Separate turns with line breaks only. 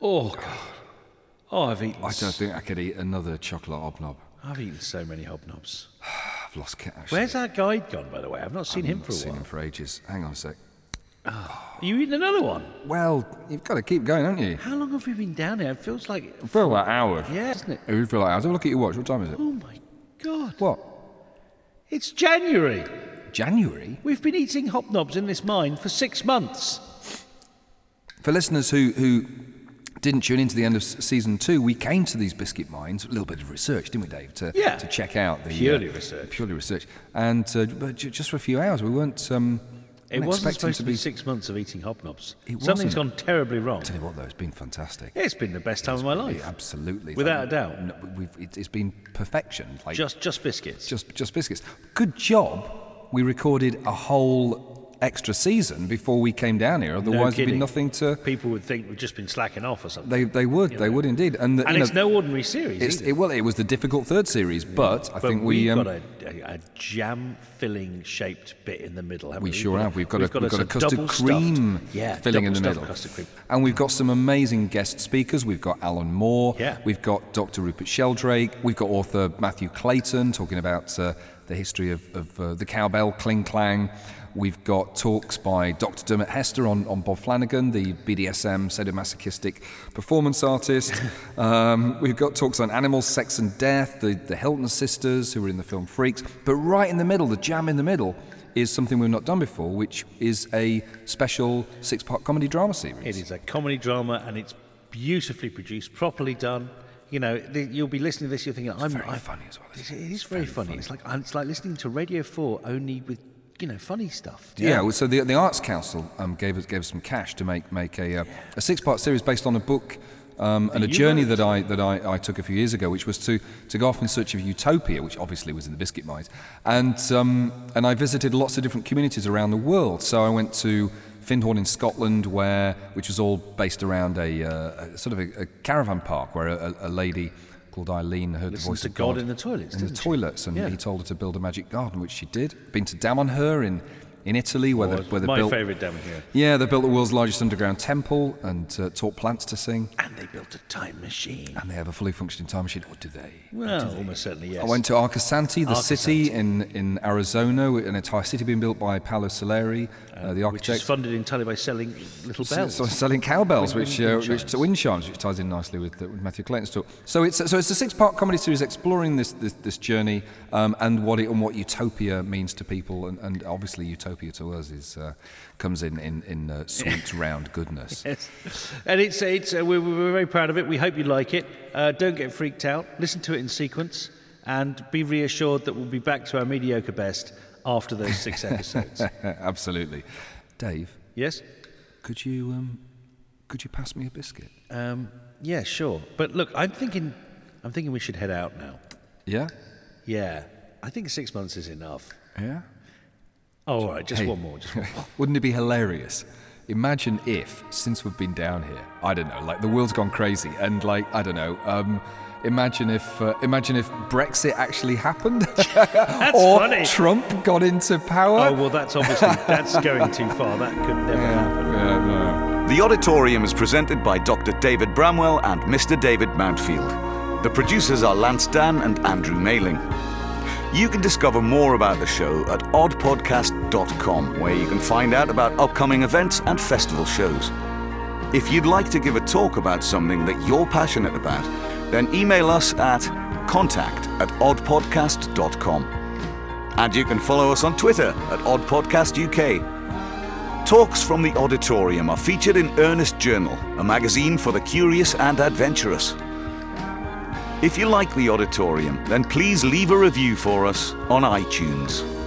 Oh, God. Oh, I've eaten.
I don't think I could eat another chocolate hobnob.
I've eaten so many hobnobs.
I've lost count. actually.
Where's our guide gone, by the way? I've not seen him
I've
for a
seen
while.
him for ages. Hang on a sec.
Are you eating another one?
Well, you've got to keep going, haven't you?
How long have we been down here? It feels like.
I feel like hours.
Yeah, isn't it?
It would Oh, feel like hours. Have a look at your watch. What time is it?
Oh, my God.
What?
It's January.
January?
We've been eating hobnobs in this mine for six months.
For listeners who who didn't tune into the end of s- season two, we came to these biscuit mines a little bit of research, didn't we, Dave? To,
Yeah.
to check out the uh,
Purely research.
purely research, and uh, but ju- just for a few hours, we weren't. Um,
It
weren't
wasn't
expecting
supposed to be,
be.
six months of eating hobnobs.
It
Something's
wasn't.
gone terribly wrong.
tell you what, though, it's been fantastic.
It's been the best time of my life.
Absolutely,
Without a
Like,
doubt.
No, we've, it, it's been perfection. Like
Just, just biscuits.
just just biscuits. Good job. We recorded a whole extra season before we came down here.
No
Otherwise, there'd be
kidding.
nothing to.
People would think we've just been slacking off or something.
They they would they would indeed. And, the,
and
you
it's
know,
no ordinary series.
It's,
either.
it, well, it was the difficult third series, but I
But
think
we've
we um,
got a, a, a jam-filling shaped bit in the middle. Haven't
we
we
sure have. We've got a, we've got a
sort of
custard
double-stuffed-
cream
yeah,
filling in the
double-stuffed
middle,
Custard cream.
and we've got some amazing guest speakers. We've got Alan Moore.
Yeah.
We've got Dr. Rupert Sheldrake. We've got author Matthew Clayton talking about uh, the history of, of uh, the cowbell cling clang. We've got talks by Dr. Dermot Hester on, on Bob Flanagan, the BDSM sadomasochistic performance artist. um, we've got talks on animals, sex, and death, the, the Hilton sisters who were in the film Freaks. But right in the middle, the jam in the middle, is something we've not done before, which is a special six part comedy drama series.
It is a comedy drama, and it's beautifully produced, properly done. You know, th- you'll be listening to this, you're thinking, "I'm
very
I-
funny as well,
It
isn't it?
it is very, funny. It's like and it's like listening to Radio Four only with you know funny stuff.
Yeah. well, so the, the Arts Council um, gave us gave us some cash to make make a uh, a six part series based on a book um, and a
you
journey that I that I, I took a few years ago, which was to to go off in search of utopia, which obviously was in the biscuit mines, and um, and I visited lots of different communities around the world. So I went to Findhorn in Scotland, where which was all based around a, uh, a sort of a, a caravan park where a, a a lady called Eileen heard the
Listened
voice
to
of
God in the toilets,
in the
didn't she?
toilets, and
Yeah.
he told her to build a magic garden, which she did. Been to Damonhur in in Italy, where they,
Well,
where
Oh,
they
my
built
favourite down here.
yeah they built the world's largest underground temple and uh, taught plants to sing,
And they built a time machine.
and they have a fully functioning time machine. Or do they?
Well, almost certainly yes.
I went to Arcosanti, the city in, in Arizona, an entire city being built by Paolo Soleri, uh, the
which is
architect.
funded entirely by selling little
So,
bells.
so selling cowbells,
Wind-
which
wind
uh, which
chimes.
to wind chimes, which ties in nicely with, the, with Matthew Clayton's talk. So it's so it's a six-part comedy series exploring this this, this journey um, and what it and what utopia means to people, and, and obviously utopia to us is uh, comes in in, in uh, sweet round goodness.
Yes. And it's, it's uh, we're, we're very proud of it. We hope you like it. Uh, don't get freaked out. Listen to it in sequence and be reassured that we'll be back to our mediocre best after those six episodes.
Absolutely, Dave,
yes?
could you um, could you pass me a biscuit?
Um, yeah, sure. But look, I'm thinking, I'm thinking we should head out now.
Yeah,
Yeah. I think six months is enough.
yeah.
Oh, all right. Just
Hey.
one more. Just one more.
Wouldn't it be hilarious? Imagine if, since we've been down here, I don't know, like the world's gone crazy, and like I don't know, um, imagine if, uh, imagine if Brexit actually happened, or
funny.
Trump got into power.
Oh, well, that's obviously, that's going too far. That could never happen.
Yeah, no.
The Auditorium is presented by Dr. David Bramwell and Mr. David Mountfield. The producers are Lance Dan and Andrew Mailing. You can discover more about the show at oddpodcast.com, where you can find out about upcoming events and festival shows. If you'd like to give a talk about something that you're passionate about, then email us at contact at oddpodcast.com. And you can follow us on Twitter at oddpodcastuk. Talks from the auditorium are featured in Earnest Journal, a magazine for the curious and adventurous. If you like the auditorium, then please leave a review for us on iTunes.